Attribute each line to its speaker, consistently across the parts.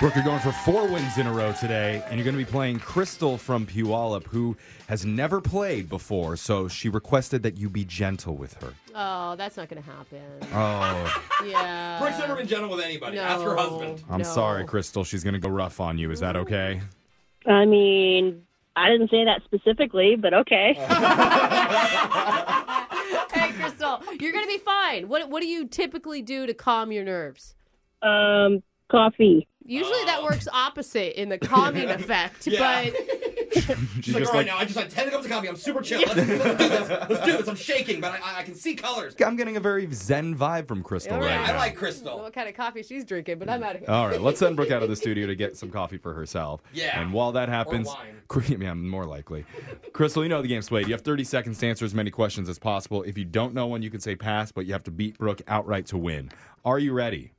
Speaker 1: Brooke, you're going for four wins in a row today, and you're going to be playing Crystal from Puyallup, who has never played before, so she requested that you be gentle with her.
Speaker 2: Oh, that's not going to happen.
Speaker 1: Oh,
Speaker 2: Yeah.
Speaker 3: Brooke's never been gentle with anybody.
Speaker 2: no.
Speaker 3: Ask her husband.
Speaker 1: I'm
Speaker 2: No.
Speaker 1: sorry, Crystal. She's going to go rough on you. Is
Speaker 3: Mm-hmm.
Speaker 1: that okay?
Speaker 4: I mean, I didn't say that specifically, but okay.
Speaker 2: Hey, Crystal, you're going to be fine. What What do you typically do to calm your nerves?
Speaker 4: Um, coffee.
Speaker 2: Usually that works opposite in the calming effect,
Speaker 3: Yeah.
Speaker 2: but
Speaker 1: She's
Speaker 3: She's like, all right now, I just had 10 cups of coffee. I'm super chill. Let's, let's do this. Let's do this. I'm shaking, but I- I, I can see colors.
Speaker 1: I'm getting a very zen vibe from Crystal
Speaker 2: All
Speaker 1: right,
Speaker 2: right.
Speaker 1: now.
Speaker 3: I like Crystal.
Speaker 2: what kind of coffee she's drinking, but I'm out of here.
Speaker 1: All right, let's send Brooke out of the studio to get some coffee for herself.
Speaker 3: Yeah.
Speaker 1: And while that happens,
Speaker 3: wine.
Speaker 1: Cr- yeah, more likely. Crystal, you know the game's played. You have 30 seconds to answer as many questions as possible. If you don't know one, you can say pass, but you have to beat Brooke outright to win. Are you ready?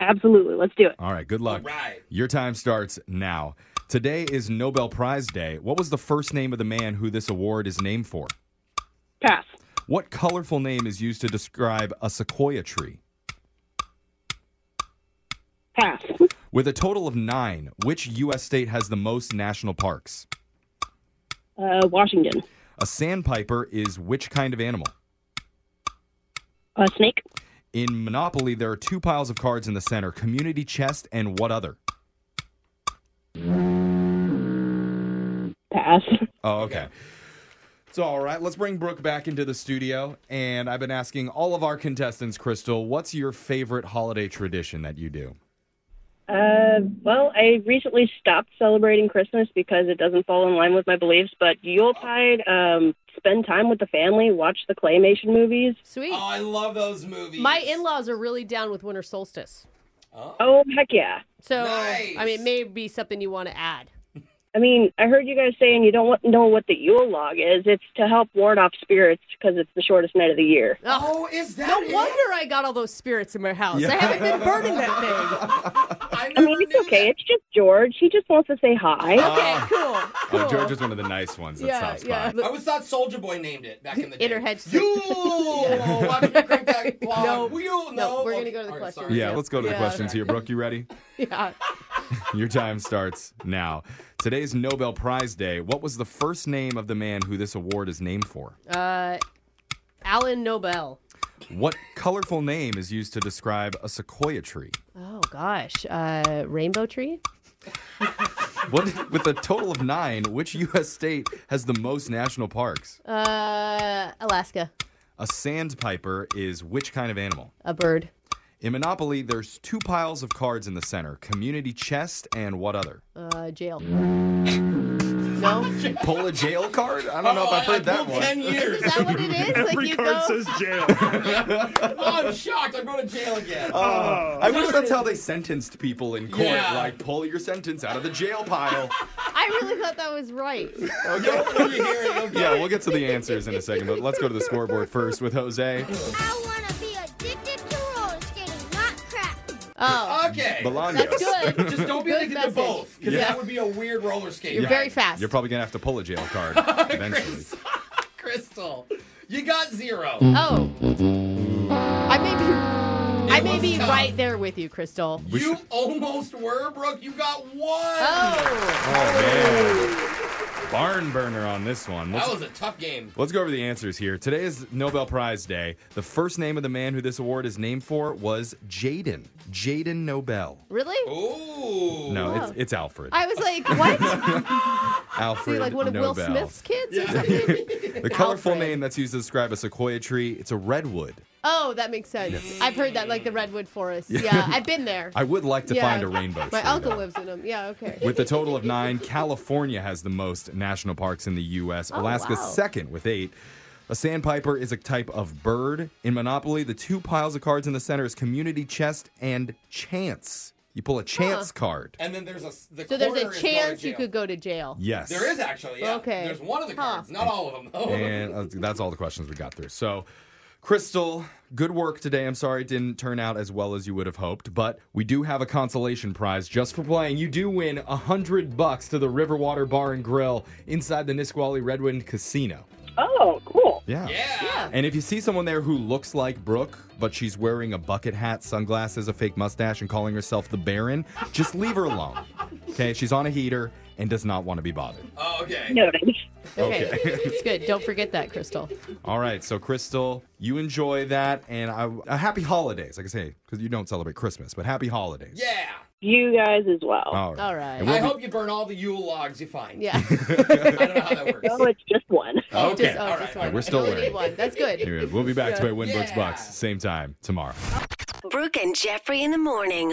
Speaker 4: Absolutely. Let's do it.
Speaker 1: All right, good
Speaker 3: All
Speaker 1: luck.
Speaker 3: right.
Speaker 1: Your time starts now. Today is Nobel Prize Day. What was the first name of the man who this award is named for?
Speaker 4: Pass.
Speaker 1: What colorful name is used to describe a sequoia tree?
Speaker 4: Pass.
Speaker 1: With a total of nine, which U.S. state has the most national parks?
Speaker 4: Uh, Washington.
Speaker 1: A sandpiper is which kind of animal?
Speaker 4: Uh, snake.
Speaker 1: In Monopoly, there are two piles of cards in the center community chest and what other?
Speaker 4: Pass.
Speaker 1: Oh, okay. So, all right, let's bring Brooke back into the studio. And I've been asking all of our contestants, Crystal, what's your favorite holiday tradition that you do?
Speaker 4: Uh, well, I recently stopped celebrating Christmas because it doesn't fall in line with my beliefs, but Yuletide, um, spend time with the family, watch the claymation movies.
Speaker 2: Sweet.
Speaker 3: Oh, I love those movies.
Speaker 2: My in laws are really down with winter solstice.
Speaker 3: Oh.
Speaker 4: Oh, heck yeah.
Speaker 2: So,
Speaker 3: Nice.
Speaker 2: I mean, it may be something you want to add.
Speaker 4: I mean, I heard you guys saying you don't want, know what the Yule log is. It's to help ward off spirits because it's the shortest night of the year.
Speaker 3: Oh, is that
Speaker 2: No
Speaker 3: it?
Speaker 2: wonder I got all those spirits in my house.
Speaker 1: Yeah.
Speaker 2: I haven't been burning that thing.
Speaker 3: I
Speaker 4: I
Speaker 3: never
Speaker 4: mean, it's
Speaker 3: knew
Speaker 4: okay. It's just George. He just wants to say hi.
Speaker 2: Okay, cool. cool.
Speaker 1: Oh, George is one of the nice ones. That
Speaker 2: yeah,
Speaker 1: sounds
Speaker 2: yeah.
Speaker 1: fine.
Speaker 3: I always thought Soldier Boy named it back in the day.
Speaker 2: Inner head strength.
Speaker 3: You! Why don't you crank that clock?
Speaker 2: No.
Speaker 3: Wheel? No,
Speaker 2: No, we're gonna
Speaker 3: Okay.
Speaker 2: go to the
Speaker 3: All
Speaker 2: questions.
Speaker 3: sorry. Oh,
Speaker 1: Yeah, let's go to the
Speaker 2: Yeah.
Speaker 1: questions here. Brooke, you ready?
Speaker 2: Yeah.
Speaker 1: Your time starts now. Today's Nobel Prize Day. What was the first name of the man who this award is named for?
Speaker 2: Uh, Alan Nobel.
Speaker 1: What colorful name is used to describe a sequoia tree?
Speaker 2: Oh, gosh. Uh, rainbow tree?
Speaker 1: What, with a total of nine, which U.S. state has the most national parks?
Speaker 2: Uh, Alaska.
Speaker 1: A sandpiper is which kind of animal?
Speaker 2: A bird.
Speaker 1: In Monopoly, there's two piles of cards in the center community chest and what other?
Speaker 2: Uh, jail. no? Is
Speaker 1: Pull a jail card? I don't know if
Speaker 3: Oh,
Speaker 1: I've heard
Speaker 3: I, I
Speaker 1: that
Speaker 3: pulled
Speaker 1: one.
Speaker 3: 10 years.
Speaker 2: that what it is? like
Speaker 5: Every
Speaker 2: you
Speaker 5: card
Speaker 2: go.
Speaker 5: says jail.
Speaker 3: oh, I'm shocked. I'm going to jail again.
Speaker 1: Oh, I wish that's how they sentenced people in court.
Speaker 3: Yeah.
Speaker 1: Like, pull your sentence out of the jail pile.
Speaker 2: I really thought that was right.
Speaker 3: You'll- when you hear it, you'll get
Speaker 1: yeah,
Speaker 3: it.
Speaker 1: we'll get to the answers in a second, but let's go to the scoreboard first with Jose.
Speaker 6: I want to be addicted to roller skating, not crack.
Speaker 2: Oh,
Speaker 3: Okay.
Speaker 1: Bolaños.
Speaker 2: that's good.
Speaker 3: Just don't be
Speaker 2: Good
Speaker 3: addicted to
Speaker 2: message.
Speaker 3: both, because
Speaker 1: Yeah.
Speaker 3: that would be a weird roller skate.
Speaker 2: You're
Speaker 3: ride.
Speaker 2: very fast.
Speaker 1: You're probably going to have to pull a jail card eventually.
Speaker 3: Chris- Crystal, you got zero.
Speaker 1: Mm.
Speaker 2: Oh. I may be, I may
Speaker 3: was
Speaker 2: be
Speaker 3: tough.
Speaker 2: right there with you, Crystal.
Speaker 3: you almost were, Brooke. You got one.
Speaker 2: Oh.
Speaker 1: Barn burner on this one.
Speaker 3: That
Speaker 1: Let's,
Speaker 3: was a tough game.
Speaker 1: let's go over the answers here. Today is Nobel Prize Day. The first name of the man who this award is named for was Jaden. Jaden Nobel.
Speaker 2: Really?
Speaker 3: Ooh.
Speaker 1: No, it's it's Alfred.
Speaker 2: I was like, what?
Speaker 1: Alfred
Speaker 2: See, like one of
Speaker 1: Nobel.
Speaker 2: Will Smith's kids or something?
Speaker 1: The colorful
Speaker 2: Alfred.
Speaker 1: name that's used to describe a sequoia tree, it's a redwood.
Speaker 2: Oh, that makes sense. I've heard that, like the redwood forest. Yeah, I've been there.
Speaker 1: I would like to
Speaker 2: Yeah.
Speaker 1: find a rainbow tree.
Speaker 2: My uncle
Speaker 1: though.
Speaker 2: lives in them. Yeah, okay.
Speaker 1: With a total of nine, California has the most national parks in the U.S. Alaska's
Speaker 2: wow.
Speaker 1: second with eight. A sandpiper is a type of bird. In Monopoly, the two piles of cards in the center is community, chest, and chance. You pull a chance card.
Speaker 3: And then there's a s- the
Speaker 2: So there's
Speaker 3: corner
Speaker 2: a
Speaker 3: is
Speaker 2: chance
Speaker 3: going
Speaker 2: you
Speaker 3: to
Speaker 2: could go to jail.
Speaker 1: Yes.
Speaker 3: There is Oh, actually. Yeah.
Speaker 2: Okay.
Speaker 3: There's one of the
Speaker 2: Huh.
Speaker 3: cards, not all of them though.
Speaker 1: And uh, that's all the questions we got through. So, Crystal, good work today. I'm sorry it didn't turn out as well as you would have hoped, but we do have a consolation prize just for playing. You do win a hundred bucks to the Riverwater Bar and Grill inside the Nisqually Redwood Casino.
Speaker 4: Oh, cool.
Speaker 1: Yeah.
Speaker 3: Yeah.
Speaker 1: And if you see someone there who looks like Brooke, but she's wearing a bucket hat, sunglasses, a fake mustache, and calling herself the Baron, just leave her alone. Okay, she's on a heater and does not want to be bothered.
Speaker 3: Oh, okay.
Speaker 4: Noted.
Speaker 2: Okay. it's good. Don't forget that, Crystal.
Speaker 1: All right, so Crystal, you enjoy that, and I, uh, happy holidays. Like I say, because you don't celebrate Christmas, but happy holidays.
Speaker 3: Yeah.
Speaker 4: You guys as well.
Speaker 1: All right.
Speaker 2: All right.
Speaker 1: And
Speaker 3: I
Speaker 1: we'll be-
Speaker 3: hope you burn all the Yule logs you find.
Speaker 2: Yeah.
Speaker 3: I don't know how that works.
Speaker 4: No, it's just one.
Speaker 1: Okay.
Speaker 2: Just, oh,
Speaker 3: all
Speaker 2: just
Speaker 3: right.
Speaker 2: one.
Speaker 1: We're still
Speaker 2: You only need
Speaker 1: learning.
Speaker 2: one. That's good.
Speaker 1: Anyway, we'll be back to play Win Brooks
Speaker 3: Yeah.
Speaker 1: Bucks same time tomorrow.
Speaker 5: Brooke and Jeffrey in the morning.